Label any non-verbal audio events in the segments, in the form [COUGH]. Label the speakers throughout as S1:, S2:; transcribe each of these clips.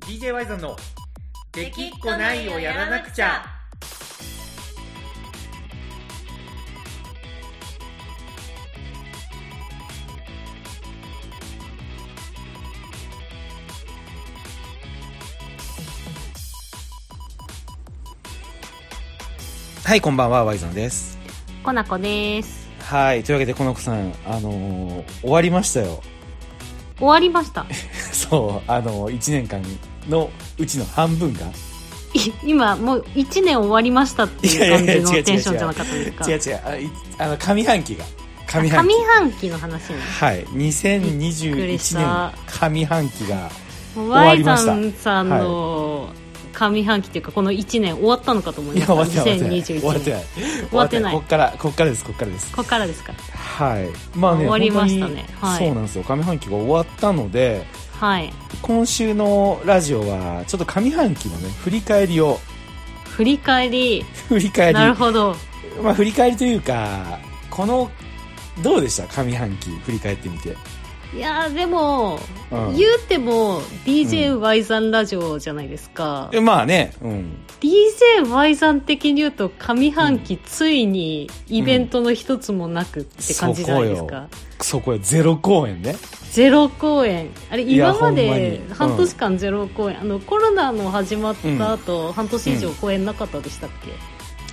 S1: DJ ワイゾンの「できっこないをやらなくちゃ」はいこんばんはワイゾンです
S2: コナコです
S1: はいというわけでこの子さんあのー終わりましたよ [LAUGHS]
S2: 終わりました
S1: そうあのー、1年間のうちの半分が
S2: い今もう1年終わりましたって
S1: いやい
S2: いう感
S1: や
S2: じ
S1: いや違う違う違う
S2: のテンションじゃなかったですか
S1: 違う違うあいあの上半期が上半期
S2: 上半期の話ね
S1: はい
S2: びっくりし
S1: 2021
S2: た
S1: 年上半期がわ
S2: Y
S1: りました
S2: さんさんの上半期っていうかこの1年終わったのかと思い
S1: い
S2: ま
S1: や
S2: し
S1: 終
S2: た
S1: わってない終
S2: 2021
S1: わって
S2: 年
S1: ない
S2: 終わってない
S1: こっからこっからですこっからです
S2: ここからですか
S1: はいまあね
S2: 終わりましたね
S1: 本当に
S2: はい
S1: そうなんですよ上半期が終わったので
S2: はい
S1: 今週のラジオはちょっと上半期のね振り返りを [LAUGHS]
S2: 振り返り
S1: 振り返り
S2: なるほど
S1: まあ振り返りというかこのどうでした上半期振り返ってみて
S2: いやーでも、
S1: うん
S2: 言うても DJY さんラジオじゃないですか、
S1: えまあねうん、
S2: DJY さん的に言うと上半期ついにイベントの一つもなくって感じじゃないですか、
S1: うんそこへゼロ公演ね
S2: ゼロ公演あれ
S1: いや
S2: 今ま
S1: ほんまに
S2: で
S1: うん
S2: 半年間ゼロ公演、あのコロナの始まった後、半年以上公演なかったでしたっけ、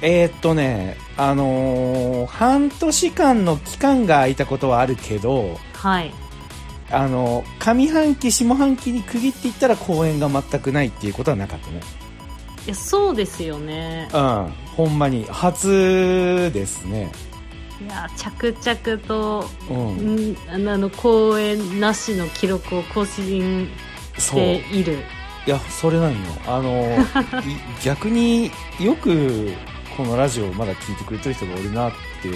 S1: えーっとね、あのー半年間の期間が空いたことはあるけど、
S2: はい
S1: あの上半期、下半期に区切っていったら公演が全くないっていうことはなかった
S2: いやそうですよね
S1: ね。うん、ほんまに、初ですね。
S2: いや着々と、
S1: うん、
S2: ん、あのあの公演なしの記録を更新し
S1: そう。
S2: て
S1: い
S2: いる
S1: や、それなのよ。あ
S2: [LAUGHS]
S1: のーい逆によくこのラジオをまだ聞いてくれてる人がおるなって、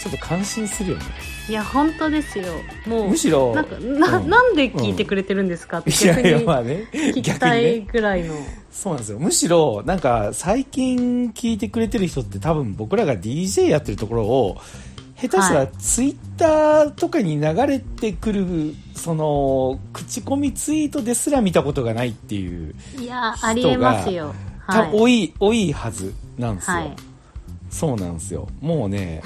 S1: ちょっと感心するよね。
S2: いや本当ですよもう
S1: むしろ、
S2: なんかな,、
S1: うん
S2: ん、なんで聞いてくれてるんですかって
S1: い
S2: 逆
S1: やいや、
S2: に
S1: まあね、
S2: 聞き
S1: 逆に
S2: た
S1: ね
S2: い。ぐらいの、
S1: そうなんですよむしろなんか最近聞いてくれてる人って多分僕らが DJ やってるところを下手した
S2: は
S1: ら
S2: い
S1: ツイッターとかに流れてくるその口コミツイートですら見たことがないっていう
S2: いやありえますよ
S1: 多
S2: は
S1: 分
S2: い
S1: 多い、多いはずなんですよ、
S2: はい
S1: そうなんですよもうね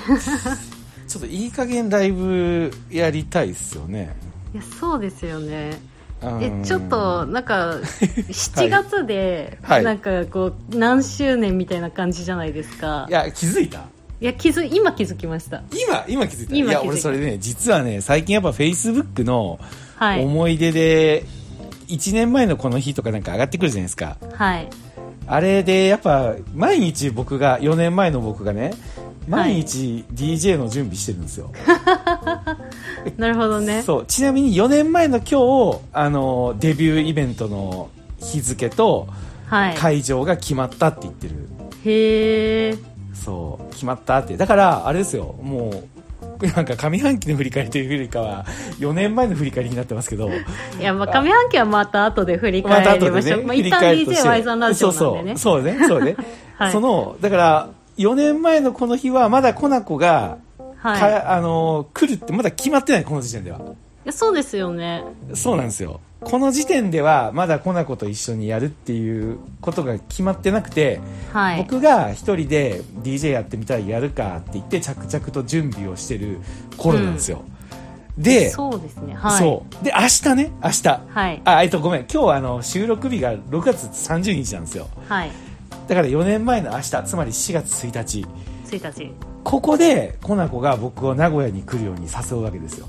S1: ちょっといい加減ライブやりたいですよね
S2: いやそうですよねえ
S1: うん
S2: ちょっとなんか
S1: [LAUGHS]
S2: 7月で、
S1: はい
S2: なんかこう何周年みたいな感じじゃないですか
S1: いや気づいた
S2: いや気づ今気づきました
S1: 今今気づいた
S2: 今
S1: いや
S2: 気づいた
S1: 俺それね実はね最近やっぱ Facebook の
S2: はい
S1: 思い出で、1年前のこの日とかなんか上がってくるじゃないですか
S2: はい
S1: あれでやっぱ毎日僕が4年前の僕がね毎日 DJ の準備してるんですよ、
S2: なるほどね
S1: そうちなみに4年前の今日あのデビューイベントの日付と
S2: はい
S1: 会場が決まったって言ってる、
S2: へえ
S1: そう決まったってだからあれですよもうなんか上半期の振り返りというよりかは4年前の振り返りになってますけど
S2: いやまあ上半期はまた後で振り
S1: また
S2: 返り
S1: 後
S2: ま
S1: で
S2: しょ
S1: ね
S2: う、まあ、
S1: 振
S2: 一
S1: り
S2: 旦
S1: 返るとして
S2: DJY さんラジオなんでね
S1: そうそうそうねそうね、
S2: [LAUGHS] はい
S1: そのだから4年前のこの日はまだコナコが、
S2: はいい
S1: かあのー来るってまだ決まってないこの時点では
S2: やそうですよね
S1: そうなんですよこの時点ではまだコナコと一緒にやるっていうことが決まってなくて、
S2: はい
S1: 僕が一人で DJ やってみたらやるかって言って着々と準備をしてる頃なんですよ、でそう,、
S2: そうですねはい
S1: で明日ね明日
S2: はい
S1: あえっとごめん今日はあの収録日が6月30日なんですよ
S2: はい
S1: だから4年前の明日つまり4月1日
S2: 1日
S1: ここでコナコが僕を名古屋に来るように誘うわけですよ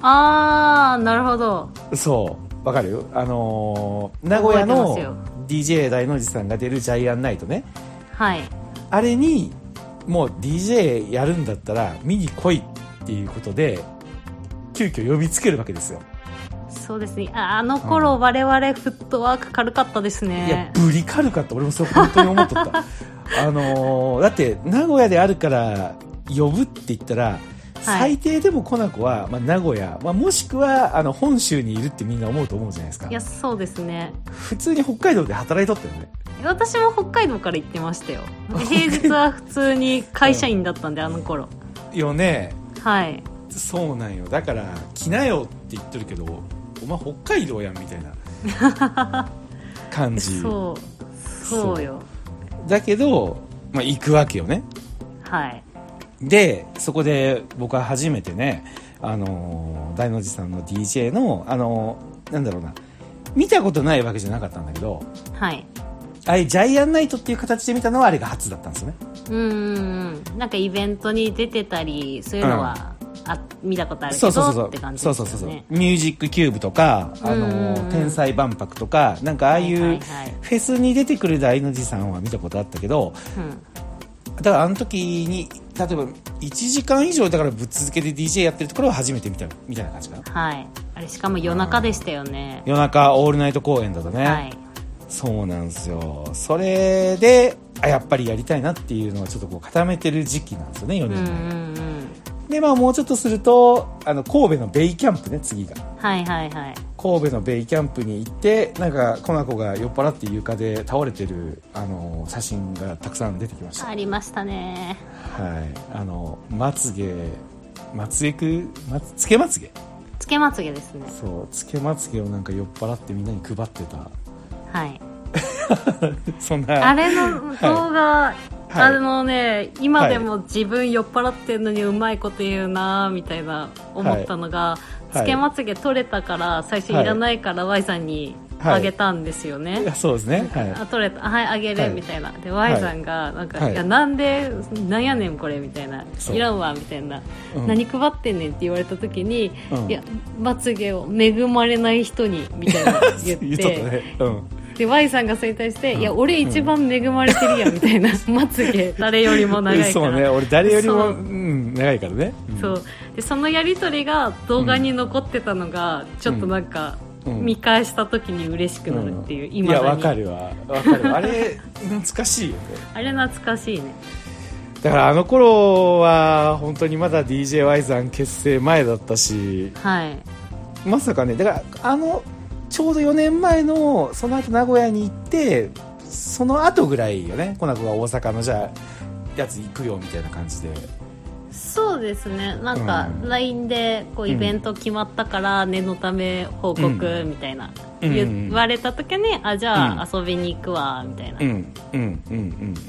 S2: あーなるほど
S1: そうわかるあのー名古屋の
S2: 覚えてま
S1: DJ 大の字さんが出るジャイアンナイトね
S2: はい
S1: あれにもう DJ やるんだったら見に来いっていうことで急遽呼びつけるわけですよ、
S2: そうですねああの頃、我々フットワーク軽かったです
S1: いや
S2: ね
S1: ぶり軽かった俺もそれ本当に思っとった
S2: [LAUGHS]
S1: あのーだって名古屋であるから呼ぶって言ったら最低でもコナコは、まあ、名古屋、まあ、もしくはあの本州にいるってみんな思うと思うじゃないですか
S2: いやそうですね
S1: 普通に北海道で働いとったよね
S2: 私も北海道から行って
S1: [LAUGHS]
S2: ましたよ平日は普通に会社員だったんであの頃
S1: よね
S2: はい
S1: そうなんよだから来なよって言ってるけどお前北海道やんみたいな
S2: [LAUGHS]
S1: 感じ
S2: そうそうよ
S1: だけど、まあ、行くわけよね
S2: はい
S1: でそこで僕は初めてねあのー大の字さんの DJ のあのーなんだろうな見たことないわけじゃなかったんだけど
S2: はい
S1: あれジャイアンナイトっていう形で見たのはあれが初だったんですよね
S2: うんうんうんなんかイベントに出てたりそういうのは、あ見たことあるけど
S1: そうそうそう
S2: って感じ
S1: そ
S2: で
S1: う
S2: す
S1: そ
S2: よ
S1: うそうそう
S2: ね
S1: ミュージックキューブとかあの
S2: うんうん
S1: ー天才万博とかなんかああい
S2: はいはいうはい
S1: フェスに出てくる大の字さんは見たことあったけど
S2: うん
S1: だからあの時に例えば1時間以上だからぶっ続けて DJ やってるところを初めて見たみたいな感じかな
S2: はいあれしかも夜中でしたよね
S1: 夜中オールナイト公演だとね、
S2: はい
S1: そうなんですよそれであやっぱりやりたいなっていうのをちょっとこう固めてる時期なんですよね4
S2: うんう
S1: 年
S2: んう
S1: 前、
S2: ん
S1: でまあもうちょっとするとあの神戸のベイキャンプね次が
S2: はいはいはい
S1: 神戸のベイキャンプに行ってなんかコナコが酔っ払って床で倒れてるあの写真がたくさん出てきました
S2: ありましたね
S1: はいあのまつげまつげくまつつけまつげ
S2: つけまつげですね
S1: そうつけまつげをなんか酔っ払ってみんなに配ってた [LAUGHS]
S2: はい
S1: そんな
S2: あれの動画、
S1: い
S2: あのね、今でも自分酔っ払ってんのにうまいこと言うなぁみたいな思ったのが、
S1: いはい
S2: つけまつげ取れたから、最初いらないから Y さんにあげたんですよね。
S1: いやそうですねはい
S2: あ取れたはいあげる、
S1: はい
S2: みたいなで
S1: はい
S2: Y さんがなんか、、
S1: はいい
S2: やなんでなんやねんこれみたいな
S1: そう
S2: いらんわみたいな、
S1: うん
S2: 何配ってんねんって言われた時に、
S1: うん
S2: いやまつげを恵まれない人にみた
S1: [LAUGHS]
S2: いな言って
S1: 言っとったねうん
S2: で Y さんがそれに対して「いや俺一番恵まれてるやん」みた
S1: [LAUGHS]
S2: いな「まつげ誰よりも長いか
S1: そ
S2: ら」
S1: うね俺誰よりも
S2: そう
S1: うん長いからねうん
S2: そうでそのやり取りが動画に残ってたのが、ちょっとなんか、
S1: うん
S2: 見返した時に嬉しくなるっていう、
S1: ん
S2: 今
S1: やわか
S2: だに
S1: るわわかるわあれ懐かしいよね
S2: あれ懐かしいね
S1: だからあの頃は本当にまだ d j y さん結成前だったし
S2: はい
S1: まさかねだからあのちょうど4年前のその後名古屋に行ってその後ぐらいよねコナコが大阪のじゃあやつ行くよみたいな感じで
S2: そうですねなんか
S1: うん
S2: LINE でこうイベント決まったから念のため報告みたいな、
S1: うん
S2: 言われた時に「あじゃあ
S1: う
S2: 遊びに行くわ」みたいな、
S1: うんうんうんうんう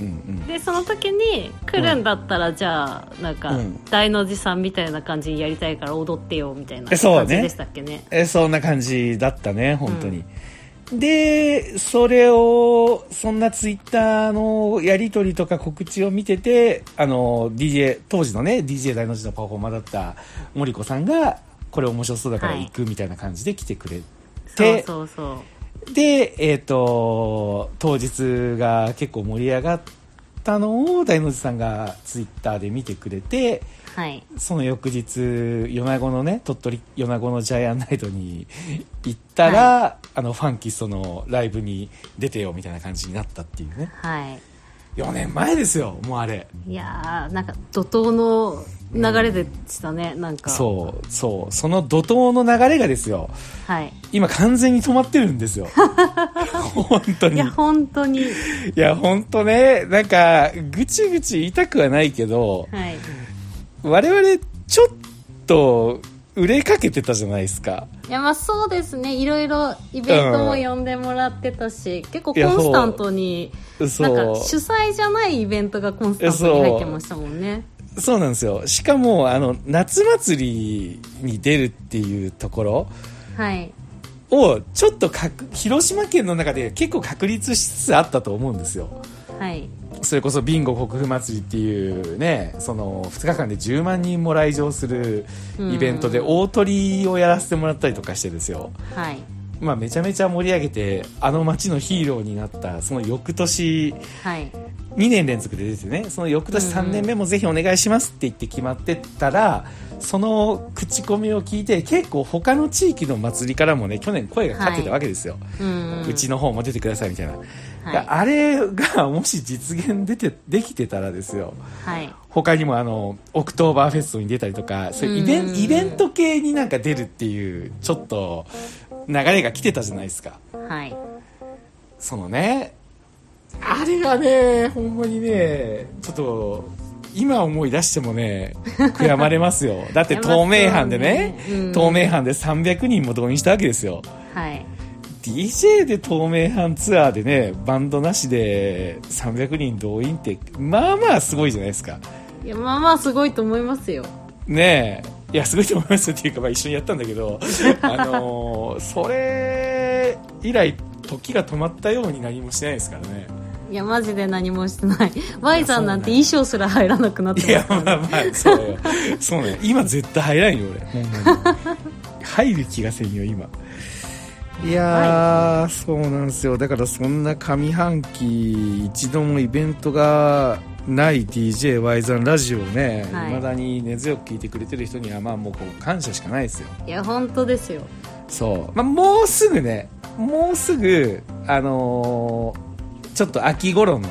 S1: ん
S2: でその時に来るんだったら、じゃあなんか、
S1: うん
S2: 大の字さんみたいな感じにやりたいから踊ってよみたいな
S1: えそう
S2: 感
S1: ね
S2: じでしたっけね
S1: えそんな感じだったね本当に、でそれをそんなツイッターのやり取りとか告知を見ててあの DJ 当時のね DJ 大の字のパフォーマーだった森子さんがこれ面白そうだから行くみたいな感じで来てくれて、
S2: そうそうそう
S1: で、えっ、と、当日が結構盛り上がったのを大の字さんがツイッターで見てくれて、
S2: はい
S1: その翌日、米子のね、鳥取米子のジャイアンナイトに行ったら、あの、ファンキストのライブに出てよみたいな感じになったっていうね。
S2: はい
S1: 4年前ですよ、もうあれ。
S2: いやーなんか怒涛の流れでしたね、なんか
S1: そう、そう、その怒涛の流れがですよ、
S2: はい
S1: 今完全に止まってるんです [LAUGHS] よ。本当
S2: い
S1: に。
S2: や本当に
S1: いや、ほんとね、なんか、ぐちぐち言いたくはないけど、
S2: はい
S1: 我々、ちょっと、売れかけてたじゃないですか。
S2: いやまあそうですねいろいろイベントも呼んでもらってたし、結構コンスタントに
S1: そ
S2: なんか
S1: う。
S2: 主催じゃないイベントがコンスタントに入ってましたもんね
S1: そうなんですよ。しかも、あの、夏祭りに出るっていうところ
S2: はい
S1: を、ちょっとかく広島県の中で結構確立しつつあったと思うんですよ。
S2: はい
S1: それこそビンゴ国府祭りっていうね、その2日間で10万人も来場するイベントで大鳥をやらせてもらったりとかしてですよ。
S2: はい
S1: まあ、めちゃめちゃ盛り上げてあの町のヒーローになったその翌年
S2: はい
S1: 2年連続で出てねその翌年
S2: うん
S1: 3年目もぜひお願いしますって言って決まってったらその口コミを聞いて結構他の地域の祭りからもね去年声がかけてたわけですよ、
S2: うん
S1: うちの方も出てくださいみたいな、
S2: は
S1: あれがもし実現出てできてたらですよ
S2: い、はい、
S1: 他にもあのオクトーバーフェストに出たりとかそういうイベン
S2: うん
S1: イベント系になんか出るっていうちょっと流れが来てたじゃないですか。
S2: はい、
S1: そのね、あれがね、ほんまにね、ちょっと、今思い出しても [LAUGHS] ね、悔やまれますよ。だって透明版でね、透明版で300人も動員したわけですよ。
S2: はい。
S1: DJ で透明版ツアーでね、バンドなしで300人動員って、まあまあすごいじゃないですか。
S2: いや、まあまあすごいと思いますよ。
S1: ねえいやすごいと思いますよっていうか、まあ、一緒にやったんだけ [LAUGHS] ど、あのーそれ以来時が止まったように何もしてないですからね
S2: いや、マジで何もしてない。Y さんなんて衣装すら入らなくなって
S1: い
S2: ま
S1: や
S2: すから
S1: まあまあそうよそうね今絶対入らんよ俺 [LAUGHS] ほんまに入る気がせんよ今いやー、そうなんですよだからそんな上半期一度もイベントがない DJY ザンラジオをね、
S2: はい
S1: 未だに根強く聞いてくれてる人にはまあもうこう感謝しかないですよ
S2: いや、本当ですよ。
S1: そう、まあ、もうすぐねもうすぐあのーちょっと秋頃の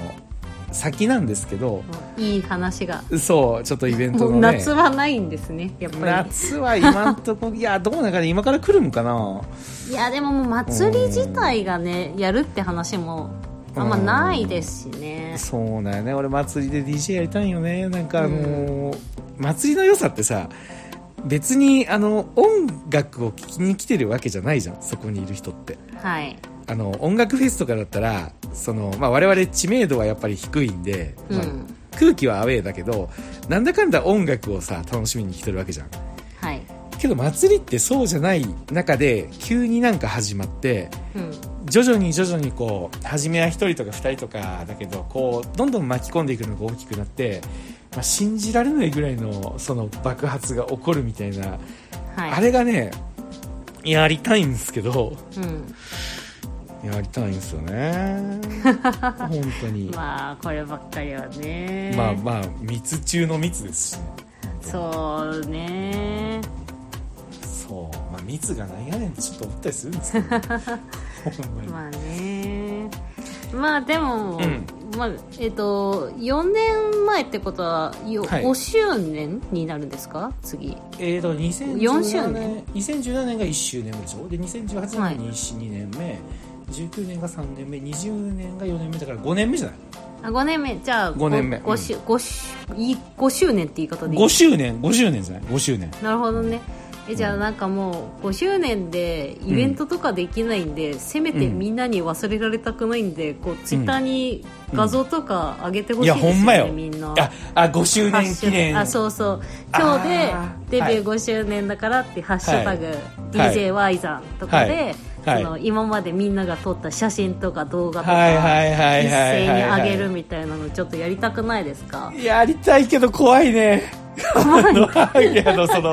S1: 先なんですけど
S2: もういい話が。
S1: そうちょっとイベン
S2: も
S1: ト
S2: う
S1: のね
S2: 夏はないんですね、やっぱり。
S1: 夏は今んとこいやどうなんかね今から来るんかない
S2: や、でももう祭り自体がね、やるって話もあんまないですしね。
S1: そうなんよね俺祭りで DJ やりたいんよねなんかあのー祭りの良さってさ別にあの音楽を聴きに来てるわけじゃないじゃんそこにいる人って
S2: はい。
S1: あの音楽フェスとかだったらその、まあ、我々知名度はやっぱり低いんで、
S2: う
S1: まあ
S2: ん。
S1: 空気はアウェーだけどなんだかんだ音楽をさ楽しみに来てるわけじゃん
S2: はい。
S1: けど祭りってそうじゃない中で急になんか始まって
S2: うん。
S1: 徐々に徐々にこう初めは1人とか2人とかだけどこうどんどん巻き込んでいくのが大きくなって、まあ、信じられないぐらいのその爆発が起こるみたいな、
S2: はい。
S1: あれがねやりたいんですけど
S2: うん。
S1: やりたいんですよね [LAUGHS] 本当に、ま
S2: まあ、こればっかりはね。
S1: あまあ密中の密ですしね
S2: そうね。
S1: そう、まあ、密がないやねんってちょっと思ったりするんですけどほんまに、
S2: まあねまあでも、
S1: うん
S2: まあえっ、と4年前ってことは、よ
S1: はい
S2: 5周年になるんですか次
S1: えーと
S2: 4
S1: 2017
S2: 周
S1: 年
S2: 年
S1: 2017年が1周年目でしょで2018年に1 2年目19年が3年目20年が4年目だから5年目じゃない
S2: あ5年目じゃあ
S1: 5年目
S2: 5, 周5周い5周年って言い方でいい
S1: 5周年5周年じゃない5周年
S2: なるほどねえじゃあなんかもう5周年でイベントとかできないんで、せめてみんなに忘れられたくないんで、こうツイッターに画像とか上げてほ
S1: い
S2: しい
S1: や
S2: ですよ
S1: ほ
S2: ね、
S1: んまよ
S2: みんな
S1: ああ5周
S2: ハッ
S1: 年
S2: シ
S1: 記
S2: ュ
S1: 念
S2: あそうそう今
S1: あ
S2: 日
S1: ー
S2: でデビュー
S1: は
S2: 5周年だからって「ハッシュタグ、
S1: はい
S2: #DJ ワイザン」とかで、
S1: はいはい
S2: その今までみんなが撮った写真とか動画とか、
S1: はいはいはいはい
S2: 一
S1: はい
S2: 斉
S1: はい
S2: に上げるみたいなのちょっとやりたくないですか
S1: やりたいけど怖いね。あの、いやあの、そ
S2: [LAUGHS]
S1: の、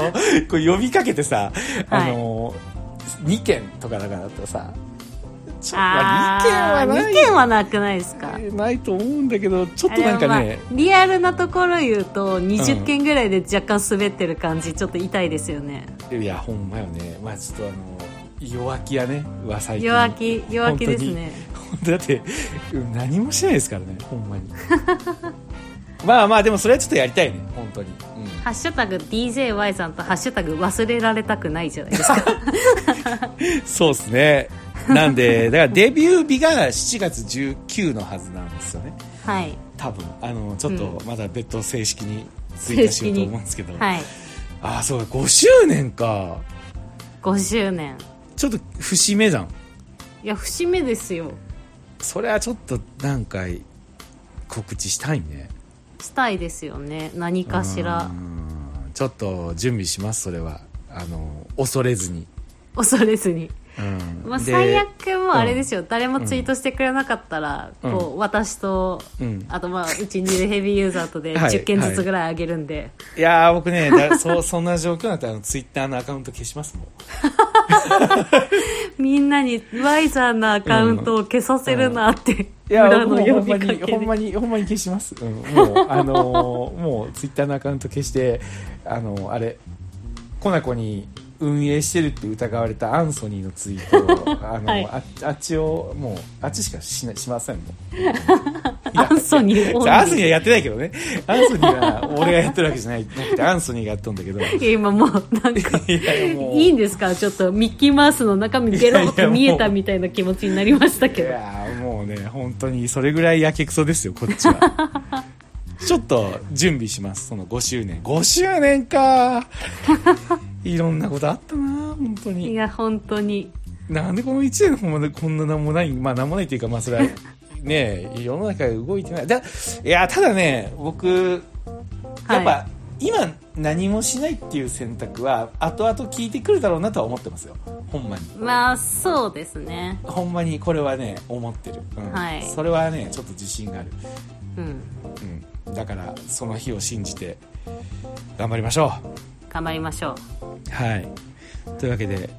S1: こう呼びかけてさ、あの、2件とかだからだとさ、ちょまあ2件は
S2: あー
S1: ない
S2: 二件はなくないですか
S1: ないと思うんだけど、ちょっとなんかね
S2: あれは、まあリアルなところ言うと20件ぐらいで若干滑ってる感じちょっと痛いですよね、
S1: いや、ほんまよね。まあちょっとあの、弱気やね、は最近。
S2: 弱気弱気ですね
S1: 本当に。本当だって、うん何もしないですからね、ほんまに。 [LAUGHS] まあまあ、でもそれはちょっとやりたいね、本当に。
S2: 「ハッシュタグ #DJY さん」と「ハッシュタグ忘れられたくない」じゃないですか
S1: [LAUGHS] うんそうですね。なんで、だからデビュー日が7月19のはずなんですよね。
S2: はい。
S1: 多分あのちょっと
S2: う
S1: まだ別途正式に追加しようと思うんですけど、
S2: はい。
S1: ああそうか5周年か
S2: 5周年。
S1: ちょっと節目じゃん
S2: いや、節目ですよ。
S1: それはちょっと何回告知したいね
S2: したいですよね。何かしら
S1: う。んちょっと準備しますそれはあの恐れずに、
S2: 恐れずに。
S1: うん
S2: まあ、
S1: で
S2: 最悪もあれですよ、誰もツイートしてくれなかったら、
S1: うん
S2: こう、私と、
S1: うん
S2: あとまあ、うちにいるヘビーユーザーとで
S1: はい
S2: 10件ずつぐらいあげるんで、
S1: いやー僕ねだそ [LAUGHS] そんな状況になったらあのツイッターのアカウント消しますもん
S2: みんなにワイザーのアカウントを消させるなって、
S1: いや、
S2: [LAUGHS] 裏の
S1: 僕も
S2: 呼
S1: ほんま
S2: びかけ
S1: に、
S2: で。
S1: ほんまに、ほんまに消します。うん、もう、あのー [LAUGHS] もう、ツイッターのアカウント消して、あのーあれ、コナコに運営してるって疑われたアンソニーのツイートを、あのー
S2: [LAUGHS] はい
S1: ああっちを、もう、あっちしかしなしませんもん。
S2: アンソニーオンリー
S1: アンソニーはやってないけどね。アンソニーは、俺がやってるわけじゃない。なくて、アンソニーがやっとんだけど。い
S2: いや今もうなんか
S1: やいや、もう。
S2: いいんですかちょっとミッキーマウスの中身ゲロッと見えたみたいな気持ちになりました
S1: い
S2: け
S1: [LAUGHS]
S2: ど
S1: やーもうね、本当に、それぐらいやけくそですよ、こっちは。ちょっと準備しますその5周年5周年かいろんなことあったな本当
S2: い
S1: に
S2: や本当に
S1: なんでこの1年ほんまでこんななんもないまあなんもないっていうかまあそれはね世の中が動いてないだいやただね僕やっぱ、
S2: は
S1: 今何もしないっていう選択は後々聞いてくるだろうなとは思ってますよほんまに
S2: い、まあそうですね
S1: ほんまにこれはね思ってる、うん
S2: はい
S1: それはねちょっと自信がある、
S2: うん
S1: うん、だからその日を信じて頑張りましょ
S2: 頑張りましょ
S1: うはいというわけで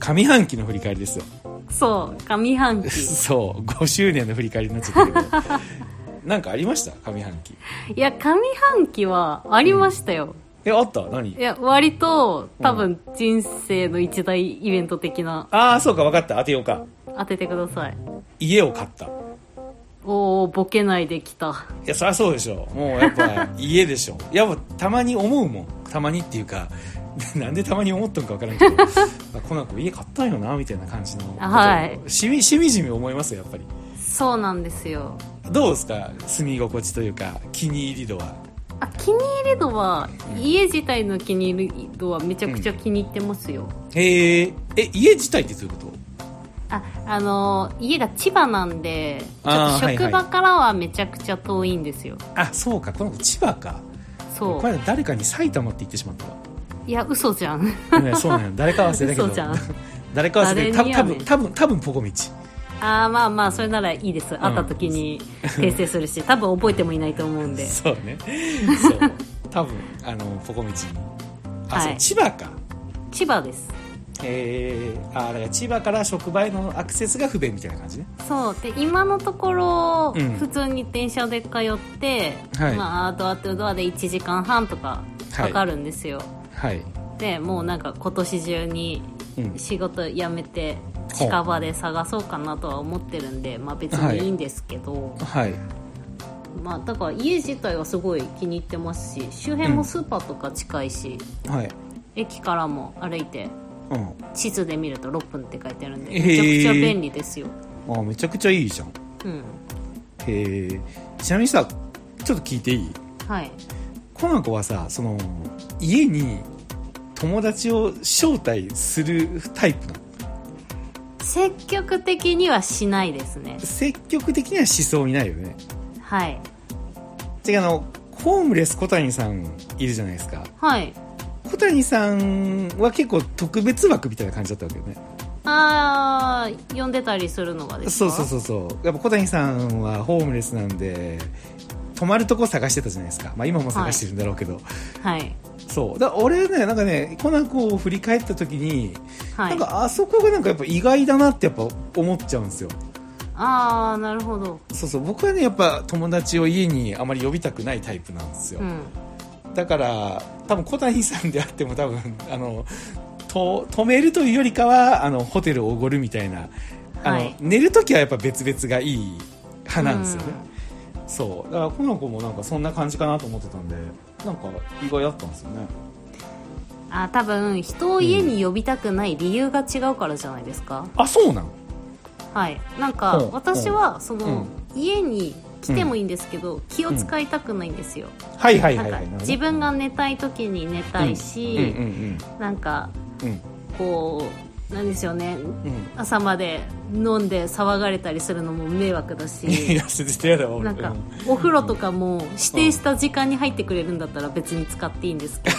S1: 上半期の振り返りですよ
S2: うそう上
S1: [LAUGHS]
S2: 半期
S1: そう5周年の振り返りになっちゃったけど [LAUGHS] なんかありました上半期
S2: いや上半期はありましたよ、
S1: えあった何
S2: いや割と多分人生の一大イベント的な
S1: ああそうか分かった当てようか
S2: 当ててください
S1: 家を買ったい
S2: おおボケないできた
S1: やそりゃそうでしょもうやっ
S2: [LAUGHS]
S1: ぱ家でしょやっぱたまに思うもんたまにっていうか [LAUGHS] なんでたまに思っとんか分からん
S2: [LAUGHS]
S1: けどあこの子家買ったんよなみたいな感じのことを
S2: はい
S1: しみしみじみ思いますよやっぱり
S2: そうなんですよ
S1: どうですか住み心地というか気に入り度は
S2: あ気に入り度は
S1: うん
S2: 家自体の気に入り度はめちゃくちゃ気に入ってますよ、
S1: へええ家自体ってどういうこと
S2: ああのー家が千葉なんでちょ
S1: あー
S2: っと
S1: はいはい
S2: 職場からはめちゃくちゃ遠いんですよ、
S1: あそうかこの子千葉か
S2: そ
S1: この
S2: う
S1: 間誰かに埼玉って言ってしまったわ
S2: いや嘘じゃん [LAUGHS]
S1: ねそうなんや誰か忘れたけど
S2: 嘘じゃん
S1: 誰か忘れた
S2: 誰に
S1: た
S2: や
S1: ぶ
S2: ねん
S1: ん多分多分ポコミチ
S2: ああまあまあそれならいいです会った時に訂正するし、多分覚えてもいないと思うんで
S1: そう
S2: [LAUGHS]
S1: ねそう多分あのポコミチにあ、
S2: はい
S1: そう千葉か
S2: 千葉です
S1: えー、あだから千葉から職場へのアクセスが不便みたいな感じね
S2: そうで今のところ、
S1: うん
S2: 普通に電車で通って、
S1: はい
S2: まあ、ドアとドアで1時間半とかかかるんですよ、
S1: はい
S2: でもうなんか今年中に
S1: うん
S2: 仕事辞めて
S1: ほう
S2: 近場で探そうかなとは思ってるんで、まあ、別にいいんですけど、
S1: はい
S2: まあ、だから家自体はすごい気に入ってますし周辺もスーパーとか近いし、
S1: はい
S2: 駅からも歩いて
S1: うん
S2: 地図で見ると6分って書いてあるんで
S1: へー
S2: めちゃくちゃ便利ですよ、
S1: あめちゃくちゃいいじゃん
S2: う
S1: へ
S2: ん
S1: えちなみにさちょっと聞いていい
S2: はい
S1: この子はさその家に友達を招待するタイプなの
S2: 積極的にはしないですね
S1: 積極的にはしそうにないよね
S2: はい
S1: 違うあのホームレス小谷さんいるじゃないですか
S2: はい
S1: 小谷さんは結構特別枠みたいな感じだったわけよね
S2: ああ呼んでたりするのがです
S1: そ
S2: か
S1: うそうそうそうやっぱ小谷さんはホームレスなんで泊まるとこ探してたじゃないですか、まあ、今も探してるんだろうけど、
S2: はい
S1: そうだから俺ねなんかねコナコを振り返った時に、
S2: はい
S1: なんかあそこがなんかやっぱ意外だなってやっぱ思っちゃうんですよ
S2: ああなるほど
S1: そうそう僕はねやっぱ友達を家にあまり呼びたくないタイプなんですよ、
S2: うん
S1: だから多分小谷さんであっても多分 [LAUGHS] あのと止めるというよりかはあのホテルをおごるみたいなあの、
S2: はい
S1: 寝るときはやっぱ別々がいい派なんですよね、そうだからこの子もなんかそんな感じかなと思ってたんでなんか意外だったんですよね
S2: あ多分人を家に呼びたくない理由が違うからじゃないですか、
S1: あそうなの
S2: はいなんか
S1: うん
S2: 私はその、家に来てもいいんですけど、気を使いたくないんですよ、
S1: はいはいはい
S2: な
S1: は
S2: ん
S1: い
S2: か自分が寝たい時に寝たい
S1: うん
S2: し、
S1: うんうん
S2: なんか
S1: うん
S2: こうなんですよね
S1: うん
S2: 朝まで飲んで騒がれたりするのも迷惑だし
S1: いや絶対嫌だわ [LAUGHS] 俺
S2: なんか
S1: う
S2: お風呂とかも指定した時間に入ってくれるんだったら別に使っていいんですけ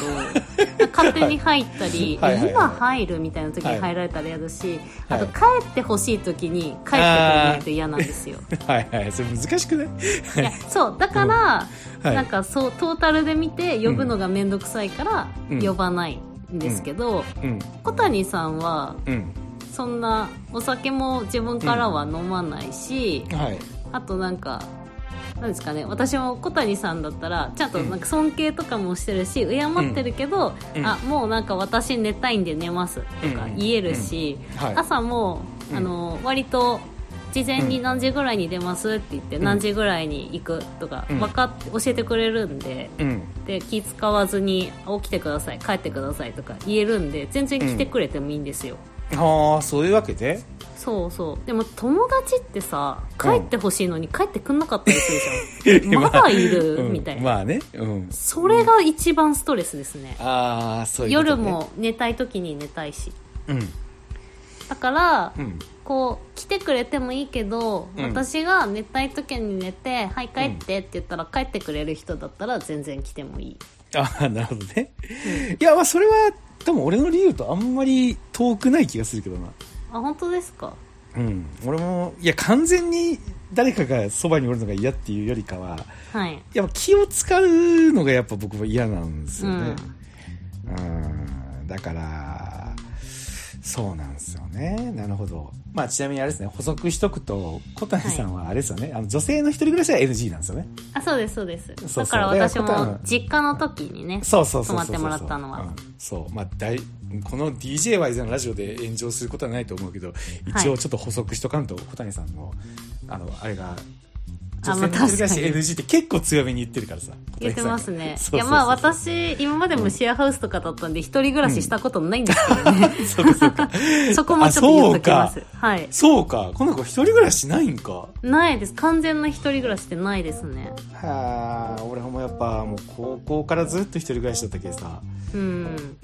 S2: ど勝手に入ったり
S1: [LAUGHS] はいはいはい
S2: 今入るみたいな時に入られたら嫌だし、
S1: はい
S2: あと帰ってほしい時に帰ってくれないと嫌なんですよ。
S1: はいはいそれ難しくない
S2: いやそうだから、
S1: はい
S2: なんかそうトータルで見て呼ぶのが面倒くさいから
S1: うん
S2: 呼ばないんですけど、
S1: [LAUGHS] うん
S2: 小谷さんは
S1: うん
S2: そんなお酒も自分からは飲まないし。
S1: はい
S2: あとなんか、なんですかね、私も小谷さんだったら、ちゃんとなんか尊敬とかもしてるし、敬ってるけど、
S1: うん
S2: あ、もうなんか私寝たいんで寝ますとか
S1: うん
S2: 言えるし、
S1: はい
S2: 朝も、
S1: うん
S2: あの、割と、事前に何時ぐらいに出ますって言って、
S1: うん
S2: 何時ぐらいに行くとか、
S1: うん
S2: 分かって、教えてくれるんで、
S1: うん
S2: で、気使わずに、あ起きてください、帰ってくださいとか言えるんで、全然来てくれてもいいんですよ。
S1: ああそういうわけで
S2: そうそうでも友達ってさ帰ってほしいのに帰ってくんなかったりするじ
S1: [LAUGHS]
S2: ゃん、まだいる、
S1: うん
S2: みたいな、
S1: まあね、うん、
S2: それが一番ストレスですね、
S1: ああそういうこと、ね、
S2: 夜も寝たい時に寝たいし
S1: うん
S2: だから、
S1: うん
S2: こう来てくれてもいいけど、
S1: うん
S2: 私が寝たい時に寝て「はい帰って」って言ったら帰ってくれる人だったら全然来てもいい
S1: ああなるほどね、いやまあそれは多分俺の理由とあんまり遠くない気がするけどな
S2: あ本当ですか
S1: うん俺もいや完全に誰かがそばにおるのが嫌っていうよりかは
S2: はい
S1: やっぱ気を使うのがやっぱ僕も嫌なんですよね、うんだからそうなんですよねなるほどまあちなみにあれですね補足しとくと小谷さんはあれですよね、あの女性の一人暮らしは NG なんですよね
S2: あそうですそうです
S1: そうそう
S2: だから私
S1: だから
S2: も実家の時にね
S1: そうそうそうそうそう
S2: 泊まってもらったのは
S1: うんそうまあ大この DJY のラジオで炎上することはないと思うけど一応ちょっと補足しとかんと小谷さんのあのあれが女
S2: あ
S1: 性
S2: ま
S1: の
S2: あ
S1: 一人暮らし
S2: 確かに
S1: NG って結構強めに言ってるからさ
S2: 言ってますね
S1: 小谷
S2: いや
S1: さん
S2: まあ
S1: [LAUGHS] そうそうそう
S2: 私今までもシェアハウスとかだったんで一人暮らししたことないんですけ
S1: [LAUGHS]
S2: どね、
S1: そうかそうか
S2: そこもちょっと言っときますはい
S1: そうかこの子一人暮らしないんか
S2: ないです完全な一人暮らしってないですね
S1: はあ俺もやっぱもう高校からずっと一人暮らしだったけどさ、
S2: う
S1: う
S2: ん
S1: ん、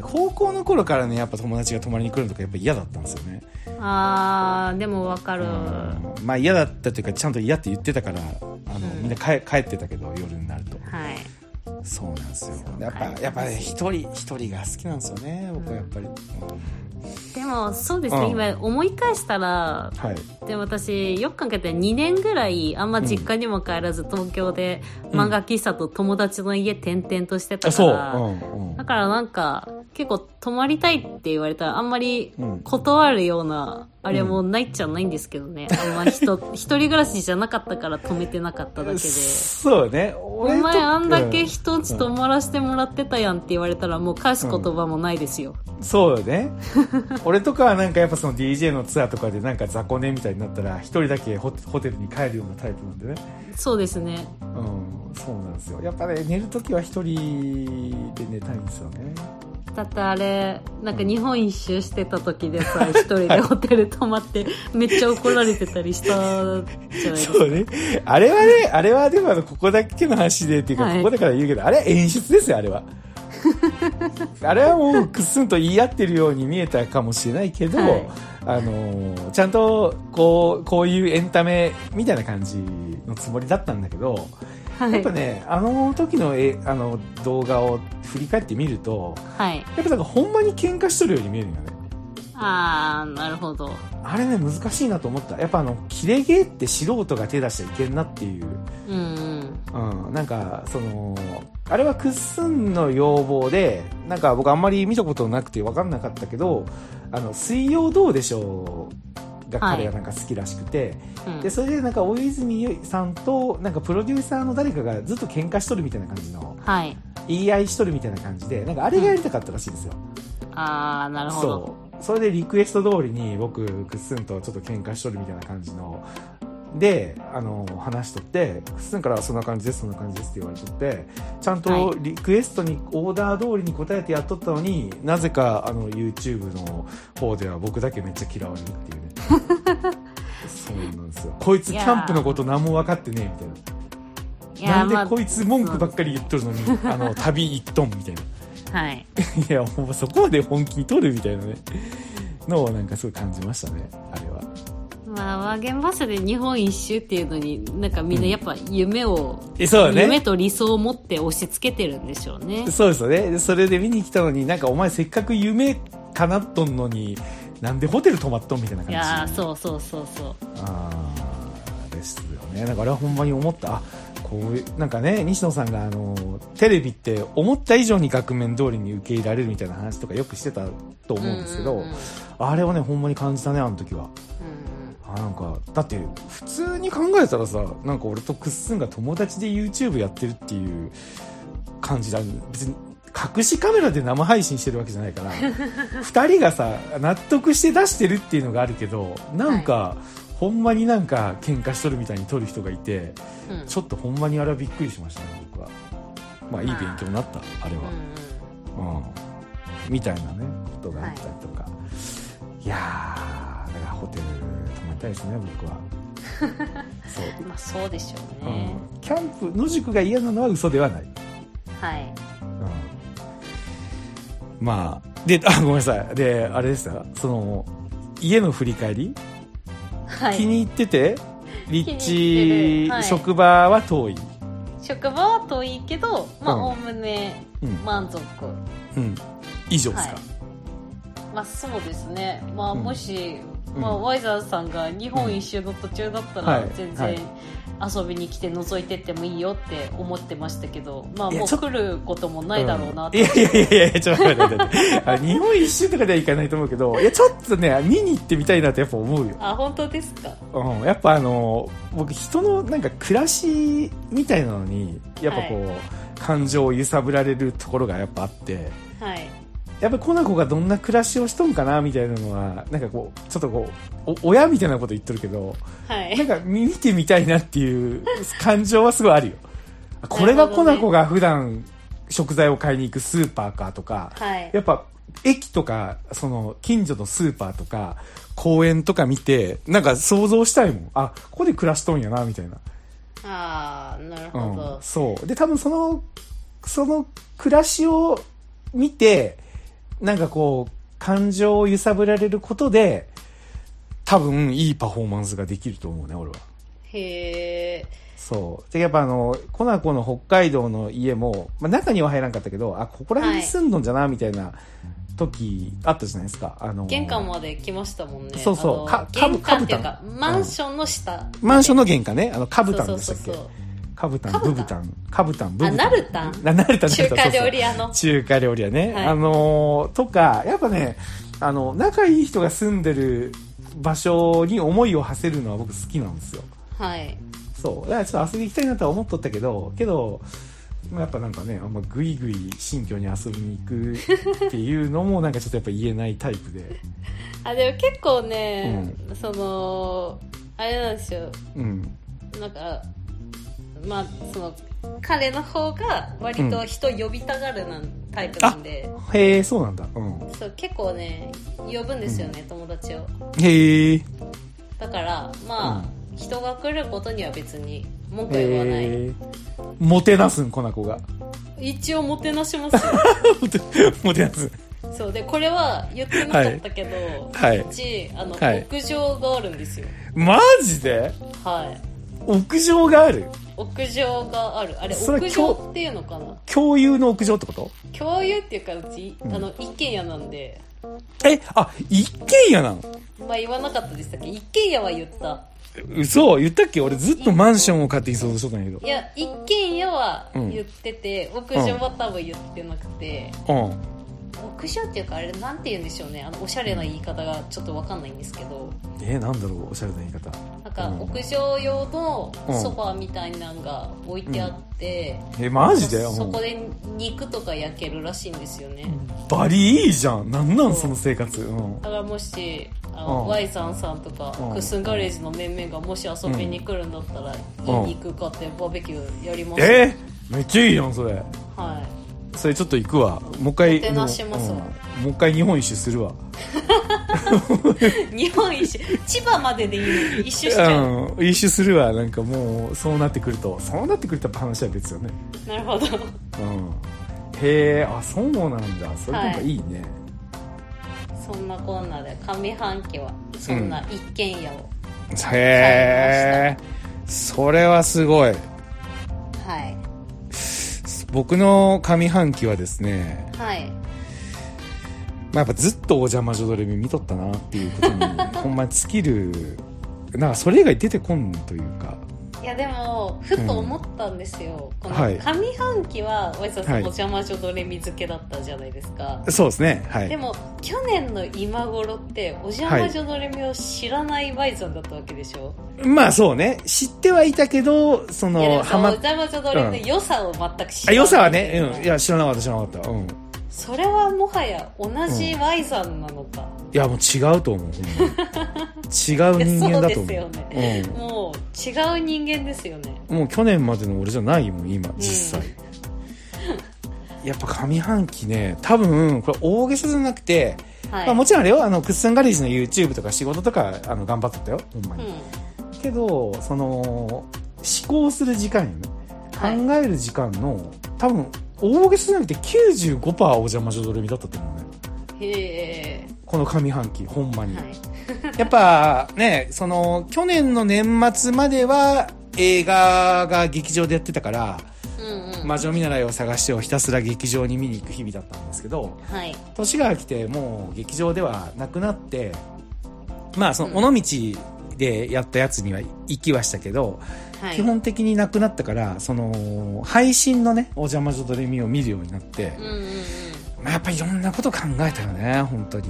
S1: 高校の頃からねやっぱ友達が泊まりに来るのとかやっぱ嫌だったんですよね、
S2: あーでもわかる、
S1: うん、まあ嫌だったというかちゃんと嫌って言ってたからあの、みんな帰帰ってたけど夜になると
S2: はい
S1: そうなんですよ
S2: そう
S1: やっぱ
S2: 帰って
S1: やっぱね一人一人が好きなんですよね僕はやっぱり、
S2: でもそうですね、
S1: うん
S2: 今思い返したら
S1: はい
S2: で私よく考えて2年ぐらいあんま実家にも帰らず東京で漫画喫茶と友達の家転々としてた
S1: あ
S2: か
S1: そう、う
S2: ら、
S1: んうん
S2: だからなんか結構泊まりたいって言われたらあんまり
S1: うん
S2: 断るようなあれもないっちゃないんですけどね、あんま人 [LAUGHS] 一人暮らしじゃなかったから泊めてなかっただけ
S1: [LAUGHS]
S2: で。
S1: そうね
S2: お
S1: 俺と
S2: 前あんだけ
S1: うん
S2: 人んち泊まらせてもらってたやんって言われたらもう返す言葉もないですよ、
S1: そうよ
S2: [LAUGHS]
S1: ね俺とかはなんかやっぱその DJ のツアーとかでなんか雑魚寝みたいになったら一人だけホテホテルに帰るようなタイプなんでね
S2: そうですね
S1: うんそうなんですよやっぱね寝る時は一人で寝たいんですよね
S2: だってあれなんか日本一周してた時でさ一人でホテル泊
S1: [LAUGHS]
S2: まってめっちゃ怒られてたりしたじゃないですか
S1: そうねあれはねあれはでもあのここだけの話でっていうか、
S2: はい
S1: ここだから言うけどあれは演出ですよあれ
S2: [LAUGHS]
S1: はあれはもうくっすんと言い合ってるように見えたかもしれないけど、
S2: はい
S1: あのーちゃんとこうこういうエンタメみたいな感じのつもりだったんだけど
S2: は
S1: やっ
S2: い
S1: ぱね、あの時のえあの動画を振り返ってみると、
S2: はい
S1: やっぱなんかほんまに喧嘩しとるように見えるよね。
S2: ああなるほど
S1: あれね、難しいなと思った。やっぱあの、切れ毛って素人が手出しちゃいけんなっていう。
S2: うんうん
S1: うん、なんか、その、あれはクッスンの要望で、なんか僕あんまり見たことなくて分かんなかったけど、あの、水曜どうでしょうが彼がなんか好きらしくて、
S2: うん
S1: でそれでなんか大泉さんとなんかプロデューサーの誰かがずっと喧嘩しとるみたいな感じの
S2: はい
S1: 言い合いしとるみたいな感じでなんかあれがやりたかったらしいんですよ、
S2: ああなるほど
S1: そうそれでリクエスト通りに僕クッスンとちょっと喧嘩しとるみたいな感じのであの話しとってクッスンからはそんな感じですそんな感じですって言われとってちゃんと
S2: は
S1: リクエストにオーダー通りに答えてやっとったのになぜかあの YouTube の方では僕だけめっちゃ嫌われるっていうねそうなんですよこいつキ
S2: いやー
S1: ャンプのこと何も分かってねえみたいないな
S2: や
S1: ん
S2: ま
S1: で
S2: あ
S1: こいつ文句ばっかり言っとる
S2: [LAUGHS]
S1: のに、あの、旅行っとんみたいな。
S2: はい
S1: [LAUGHS] いや、ほんまそこまで本気に取るみたいなね。のをなんかすごい感じましたね、あれは。
S2: まあワーゲンバスで日本一周っていうのになんかみんなやっぱ夢を、
S1: え、そうだ
S2: 夢
S1: ね。
S2: と理想を持って押し付けてるんでしょうね
S1: そうですよね。でそれで見に来たのに、なんかお前せっかく夢叶っとんのに、なんでホテル泊まっとんみたいな感じ。
S2: いやーそうそうそうそう
S1: あーですよね。なんかあれはほんまに思った。あこういう、なんかね、西野さんがあの、テレビって思った以上に額面通りに受け入れられるみたいな話とかよくしてたと思うんですけど、
S2: うんうんうん
S1: あれはね、ほんまに感じたね、あの時は。あなんかだって普通に考えたらさなんか俺とクッスンが友達で YouTube やってるっていう感じだ別に隠しカメラで生配信してるわけじゃないから二人がさ納得して出してるっていうのがあるけどなんか、ほんまになんか喧嘩しとるみたいに撮る人がいて
S2: うんうん
S1: ちょっとほんまにあれはびっくりしましたね僕はまあいい勉強になったあれは、
S2: う
S1: うんみたいなねことがあったりとか、いやーだからホテル泊まりたいですね僕
S2: [LAUGHS]
S1: はそう、
S2: まあそうでしょう
S1: う
S2: ね、
S1: ん、キャンプ野宿が嫌なのは嘘ではない、
S2: はい
S1: うん、まあであごめんなさいであれでしたその家の振り返り、
S2: はい
S1: 気に入ってて立
S2: 気に入って
S1: 地、
S2: るはい
S1: 職場は遠い、
S2: 職場は遠いけどまあ
S1: うん
S2: おおむね
S1: うん
S2: 満足、
S1: うん、以上ですか、
S2: まあそうですねまあ
S1: うん
S2: もし、
S1: うん
S2: まあ、ワイザーさんが日本一周の途中だった
S1: う
S2: ら
S1: ん
S2: 全
S1: はい
S2: 然遊びに来て覗いてってもいいよって思ってましたけどまあ
S1: いや
S2: もう
S1: ちょっ
S2: 来ることもないだろうなっ
S1: い
S2: て、
S1: やいやいやいや、ちょっと待って待って。あ日本一周とかではいかないと思うけど、いや、ちょっとね、見に行ってみたいなってやっぱ思うよ。
S2: あ本当ですか
S1: うん、やっぱあの、僕、人のなんか暮らしみたいなのに、やっぱこう、感情を揺さぶられるところがやっぱあって、
S2: はい
S1: やっぱコナコがどんな暮らしをしとんかなみたいなのは、なんかこう、ちょっとこう、お親みたいなこと言っとるけど、
S2: はい
S1: なんか見てみたいなっていう [LAUGHS] 感情はすごいあるよ。これがコナコが普段食材を買いに行くスーパーかとか、
S2: はい
S1: やっぱ駅とかその近所のスーパーとか公園とか見てなんか想像したいもんあここで暮らしとんやなみたいな、
S2: ああなるほ
S1: うん
S2: ど、、
S1: そうで多分そのその暮らしを見てなんかこう感情を揺さぶられることで多分いいパフォーマンスができると思うね俺は
S2: へえ
S1: そうでやっぱあのコナコの北海道の家も、まあ、中には入らんかったけどあここら辺に住んどんじゃなみたいな時あったじゃないですかあの
S2: 玄関まで来ましたもんね
S1: そうそう
S2: あの
S1: かかぶ
S2: 玄関っていう
S1: か
S2: か
S1: ぶたの
S2: マンションの下、
S1: マンションの玄関ね、あの、カブタン
S2: そ
S1: で
S2: う
S1: した
S2: そう
S1: っけ [LAUGHS]
S2: そうそう
S1: カブタン、
S2: カ
S1: ブ
S2: ブタ
S1: ブタ
S2: ン
S1: ン、カブタン、ブブ
S2: あ
S1: タン。
S2: ナルタン
S1: なナルタン
S2: 中華料理
S1: 屋。
S2: 屋の
S1: 中華料理屋ね。
S2: はい
S1: あのーとか、やっぱね、あの、仲いい人が住んでる場所に思いを馳せるのは僕好きなんですよ。
S2: はい
S1: そう。だからちょっと遊びに行きたいなとは思っとったけど、けど、まあやっぱなんかね、あんまグイグイ新居に遊びに行くっていうのもなんかちょっとやっぱ言えないタイプで。
S2: あでも結構ね、そのあれなんですよ
S1: うん。
S2: なんかまあその彼の方が割と人呼びたがるなんタイプなんで、
S1: へえ、そうなんだ。うん。
S2: そう結構ね呼ぶんですよね、友達を
S1: へえ。
S2: だからまあ、人が来ることには別に文句は言わない、
S1: へえ。もてなすん、コナ [LAUGHS] コが。
S2: 一応もてなしますよ
S1: [LAUGHS] モテモテなす。
S2: そうでこれは言ってなかったけど、
S1: はいう
S2: ちあの、
S1: はい
S2: 屋上があるんですよ
S1: マジで
S2: はい
S1: 屋上がある
S2: 屋上があるあれ
S1: それ
S2: 屋上っていうのかな
S1: 共有の屋上ってこと
S2: 共有っていうかうち、
S1: ん
S2: あの一軒家なんで
S1: え、あ、一軒家なの
S2: まあ言わなかったでしたっけ一軒家は言った
S1: 嘘言ったっけ俺ずっとマンションを買っていそうとしとったんや
S2: いや一軒家は
S1: うん
S2: 言ってて、屋上は多分言ってなくて、
S1: けど。うん。
S2: 屋上っていうかあれなんて言うんでしょうねあのおしゃれな言い方がちょっとわかんないんですけど
S1: え、なんだろうおしゃれな言い方。
S2: なんか
S1: うん
S2: 屋上用の
S1: うん
S2: ソファーみたいなのが置いてあって、
S1: え、マジで
S2: そそ
S1: う
S2: こ
S1: ん
S2: で肉とか焼けるらしいんですよね、
S1: バリいいじゃん。なんなん
S2: そう
S1: その生活。うん。
S2: だからもしあの、
S1: うん
S2: Y さんさんとか、
S1: うん
S2: クッスンガレージの面々がもし遊びに来るんだったら、
S1: ん
S2: いい肉買ってバーベキューやります
S1: えめっちゃいいやん、それ。
S2: は
S1: それちょっと行くわ。もう一回。
S2: もてなします
S1: も
S2: わ
S1: ううんもう一回日本一周するわ。
S2: い [LAUGHS] 日本一周千葉まででいいのに一周しちゃう、
S1: うん。一周するわ。なんかもう、そうなってくると。そうなってくるとやっぱ話は別よね。
S2: なるほど
S1: うん、へえあそうなんだそれなんかいいね、
S2: そんなこんなで上半期はそんな一軒家を、
S1: へえそれはすごい
S2: はい
S1: 僕の上半期はですね、
S2: はい
S1: まあ、やっぱずっとお邪魔女ドレミ見とったなっていうこと [LAUGHS] にほんまに尽きるなんかそれ以外出てこんというか
S2: いやでもふと思ったんですよ、この
S1: はい
S2: 上半期は大井さん、
S1: はい
S2: お邪魔女ドレミ漬けだったじゃないですか
S1: そうですねは
S2: で
S1: い
S2: も去年の今頃っておじゃまじょのレミを知らないバイザンだったわけでしょ、
S1: まあそうね知ってはいたけどそ
S2: い、やで
S1: の
S2: も
S1: ハ
S2: その
S1: マ
S2: おじゃまじょのレミの良さを全く知ら
S1: あ
S2: ない
S1: 良さはね、うん、いや知らなかった知らなかったうん
S2: それはもはや同じバイザンなのか、
S1: いやもう違うと思うほん
S2: [LAUGHS]
S1: まに違う人間だと
S2: そうです
S1: 思
S2: よ
S1: う
S2: ね、
S1: うん
S2: もう違う人間ですよね
S1: もう去年までの俺じゃないもん今実際、やっぱ上半期ね多分これ大げさじゃなくて
S2: はい
S1: まあ、もちろんあれよあのクッスンガレージの YouTube とか仕事とかあの頑張っとったよほんま
S2: う
S1: に、
S2: ん
S1: けどその思考する時間よね
S2: はい
S1: 考える時間の、多分大ボケしなくて95%お邪魔女ドレミだったと思うね
S2: へえ
S1: この上半期ほんまに、
S2: はい
S1: やっぱねその去年の年末までは映画が劇場でやってたから
S2: うんうん
S1: 魔女見習いを探してをひたすら劇場に見に行く日々だったんですけど
S2: はい
S1: 年が明けてもう劇場ではなくなってまあその尾道でやったやつには行きはしたけど、
S2: はい
S1: 基本的になくなったからその配信のね「お邪魔女ドレミ」を見るようになって
S2: うん、うんうん
S1: まあ、やっぱりいろんなこと考えたよね本当
S2: [LAUGHS]
S1: に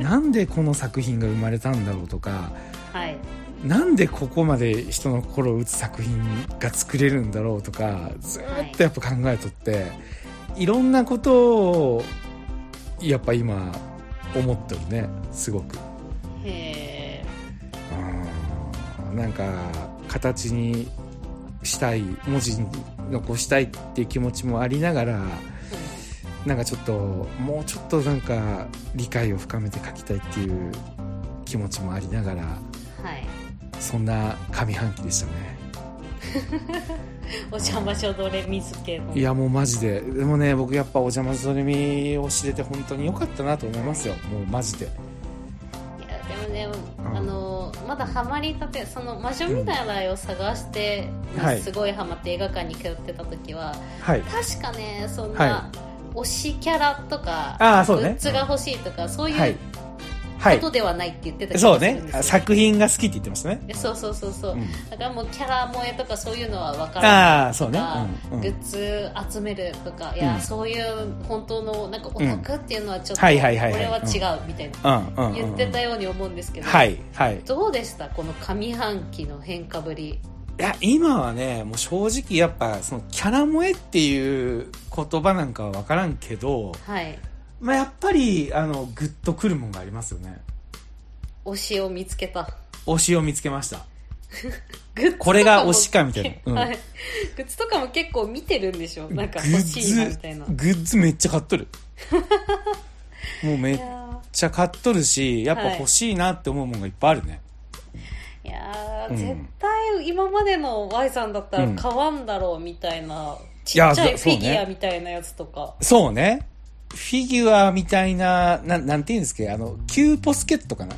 S1: なんでこの作品が生まれたんだろうとか
S2: はい
S1: なんでここまで人の心を打つ作品が作れるんだろうとかずーっとやっぱ考えとって、い、ろんなことをやっぱ今思ってるねすごく
S2: へえ
S1: うんなんか形にしたい文字に残したいっていう気持ちもありながらなんかちょっともうちょっとなんか理解を深めて書きたいっていう気持ちもありながら
S2: はい
S1: そんな上半期でしたね。
S2: お邪魔所どれ水系の
S1: いやもうマジででもね僕やっぱお邪魔ぞれみを知れて本当に良かったなと思いますよもうマジで
S2: いやでもね、
S1: ん
S2: あのまだハマりたてその魔女見習いを探して、
S1: うんはい
S2: すごいハマって映画館に通ってた時は
S1: はい
S2: 確かねそん
S1: は
S2: な推しキャラとか、
S1: あーそうね
S2: グッズが欲しいとか、そう
S1: はいいうは
S2: こ
S1: い
S2: とではないって言ってた気
S1: そう
S2: がする
S1: ね
S2: んですよ
S1: あ作品が好きって言ってましたね、
S2: えそうそうそうそう、
S1: うん
S2: だからもうキャラ萌えとかそういうのは分からない
S1: ああそう
S2: と
S1: ね
S2: か、
S1: うんうん
S2: グッズ集めるとか、いうや
S1: ん
S2: そういう本当のなんかオタクっていうのはちょっと、
S1: はい
S2: こ
S1: はい
S2: れ
S1: はいはい
S2: は違うみたいな、
S1: うんうんうん
S2: 言ってたように思うんですけど、
S1: はいはい
S2: どうでしたこの上半期の変化ぶり
S1: いや今はねもう正直やっぱそのキャラ萌えっていう言葉なんかは分からんけど、
S2: はい
S1: まあ、やっぱりあのグッとくるもんがありますよね
S2: 推しを見つけた
S1: 推しを見つけました
S2: グッズとも
S1: これが推しかみたいなうん
S2: はい、グッズとかも結構見てるんでしょなんか
S1: グッ
S2: 欲しいなみ
S1: ズ
S2: たいな
S1: グッズめっちゃ買っと
S2: [LAUGHS]
S1: るもうめ
S2: い
S1: っ
S2: や
S1: ちゃ買っとるしやっぱ欲しいなって思うもんがいっぱいあるね、
S2: ーいやー、
S1: うん
S2: 絶対今までの Y さんだったら買わんだろうみたいな、ち
S1: や
S2: っちゃいフ
S1: そう
S2: ィ
S1: ね
S2: ギュアみたいなやつとか、
S1: そうねフィギュアみたいなななんていうんですっけどあのキューポスケットかな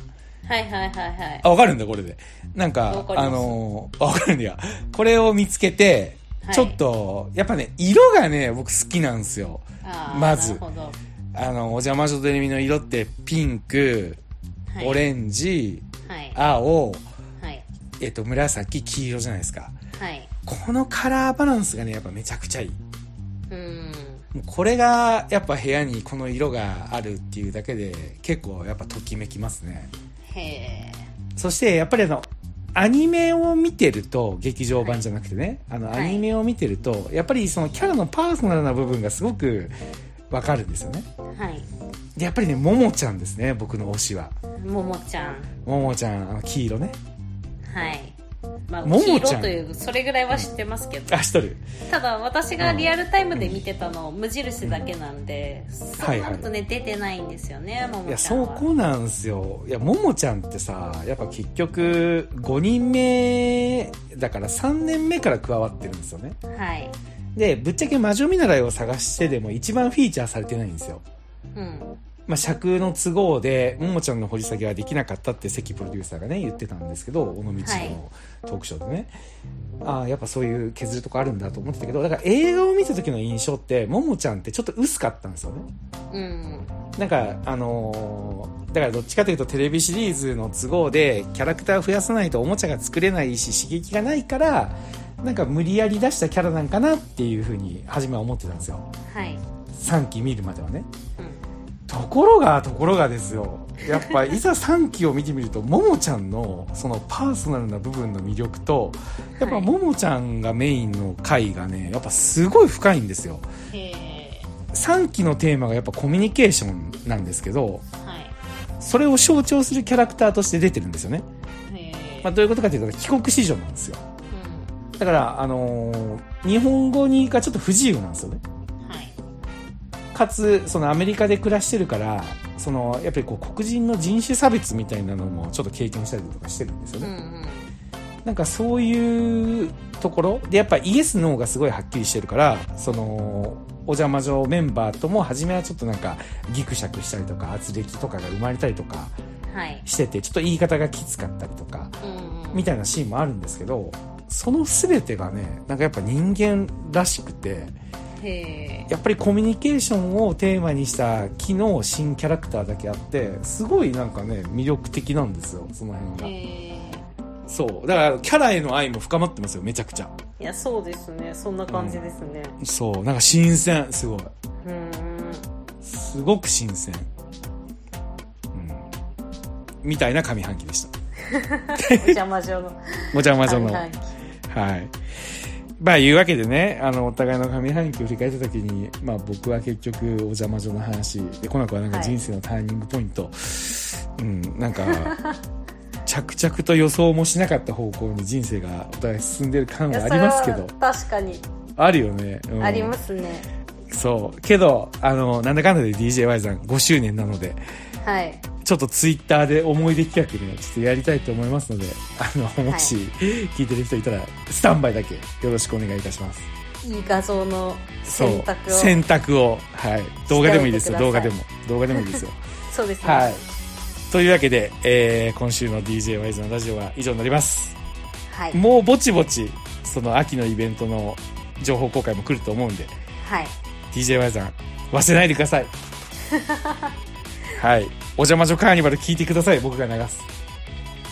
S2: はいはいはいはい
S1: あ、わかるんだ、これで。なんか
S2: わ、かります
S1: あのー、あわかるんだよ。これを見つけて、
S2: はい
S1: ちょっと、やっぱね、色がね、僕好きなんですよ。
S2: あー
S1: まず
S2: なるほど、は
S1: あの、お邪魔女とエミの色って、ピンク、
S2: い、
S1: オレンジ、
S2: はい
S1: 青、
S2: はい
S1: えっと、紫、黄色じゃないですか。
S2: はい
S1: このカラーバランスがね、やっぱめちゃくちゃいい。
S2: うん
S1: もうこれが、やっぱ部屋にこの色があるっていうだけで、結構やっぱときめきますね。
S2: へえ
S1: そしてやっぱりあのアニメを見てると劇場版じゃなくてね、あの
S2: は
S1: ア
S2: い
S1: ニメを見てると、やっぱりそのキャラのパーソナルな部分がすごくわかるんですよね
S2: はい
S1: でやっぱりねももちゃんですね僕の推しは
S2: ももちゃん
S1: ももちゃんあの黄色ね
S2: はいまあ
S1: ももちゃん
S2: 黄色というそれぐらいは知ってますけど
S1: あしとる
S2: ただ私がリアルタイムで見てたの無印だけなんで、そうなるとね、出てないんですよねも
S1: い
S2: も
S1: や
S2: ちゃん
S1: そ
S2: は
S1: こなんすよいやももちゃんってさやっぱ結局5人目だから3年目から加わってるんですよね
S2: はい
S1: でぶっちゃけ魔女見習いを探してでも一番フィーチャーされてないんですよ
S2: うん
S1: まあ、尺の都合でももちゃんの掘り下げはできなかったって関プロデューサーがね言ってたんですけど尾道の
S2: はい
S1: トークショーでね、ああやっぱそういう削るとこあるんだと思ってたけどだから映画を見た時の印象ってももちゃんってちょっと薄かったんですよね
S2: うん
S1: なんかあのーだからどっちかというとテレビシリーズの都合でキャラクター増やさないとおもちゃが作れないし刺激がないからなんか無理やり出したキャラなんかなっていうふうに初めは思ってたんですよ
S2: はい、
S1: 3期見るまではね
S2: うん、
S1: ところがところがですよやっぱいざ3期を見てみるとももちゃんのそのパーソナルな部分の魅力とやっぱ
S2: はい
S1: ももちゃんがメインの回がねやっぱすごい深いんですよ
S2: へえ
S1: 3期のテーマがやっぱコミュニケーションなんですけど
S2: はい
S1: それを象徴するキャラクターとして出てるんですよね、
S2: へえ、
S1: まあ、どういうことかというと帰国子女なんですよだからあのー日本語にがちょっと不自由なんですよね
S2: うんはい
S1: かつそのアメリカで暮らしてるからそのやっぱりこう黒人の人種差別みたいなのもちょっと経験したりとかしてるんですよ
S2: うん
S1: ね、
S2: うん
S1: なんかそういうところでやっぱイエス・ノーがすごいはっきりしてるからそのお邪魔女メンバーとも初めはちょっとなんかギクシャクしたりとか圧力とかが生まれたりとか
S2: はい
S1: しててちょっと言い方がきつかったりとか
S2: うんうん
S1: みたいなシーンもあるんですけどその全てがねなんかやっぱ人間らしくて
S2: へ
S1: やっぱりコミュニケーションをテーマにした機能新キャラクターだけあってすごいなんかね魅力的なんですよその辺
S2: え
S1: が、
S2: へ
S1: そうだからキャラへの愛も深まってますよめちゃくちゃ
S2: えいやそうですねそんな感じですね
S1: そうなんか新鮮すごい
S2: うんん
S1: すごく新鮮うんみたいな上半期でした
S2: お邪魔状の
S1: [LAUGHS] お邪魔女の
S2: はいはい
S1: はい。まあ、いうわけでね、あの、お互いの上半期を振り返った時に、まあ、僕は結局、お邪魔女の話、で、コナコはなんか
S2: はい
S1: 人生のターニングポイント、うん、なん
S2: [LAUGHS]
S1: か、着々と予想もしなかった方向に人生がお互い進んでる感
S2: いや
S1: はありますけど
S2: それ、は確かに
S1: あるよね。うん
S2: ありますね、
S1: そう。けど、あの、なんだかんだで DJY さん5周年なので、
S2: はい
S1: ちょっとツイッターで思い出企画ね、ちょっとやりたいと思いますので、あの、もし、聞いてる人いたら、スタンバイだけよろしくお願いいたします。
S2: いい画像の
S1: そう
S2: 選択を
S1: 選択をはい動画でもいいですよ
S2: して
S1: 動
S2: おい
S1: 画
S2: てくだ
S1: で
S2: さい
S1: も動画でもいいです
S2: [LAUGHS]
S1: よ
S2: そうですね
S1: はいというわけで、えー今週の d j ワイズのラジオは以上になります
S2: はい
S1: もうぼちぼちその秋のイベントの情報公開も来ると思うんで
S2: はい、
S1: d j ワイズさん忘れないでくだ
S2: [LAUGHS]
S1: さいはいお邪魔女カーニバル聞いてください僕が流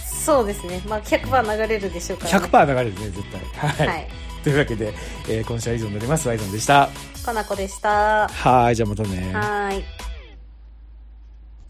S1: す
S2: そうですね、まあ、100%流れるでしょうから、ね、
S1: 100%流れるね絶対はい、
S2: はい
S1: というわけで、えー今週は以上になりますワイズンでした
S2: かなこでしたは
S1: はいじゃあまたね
S2: ーい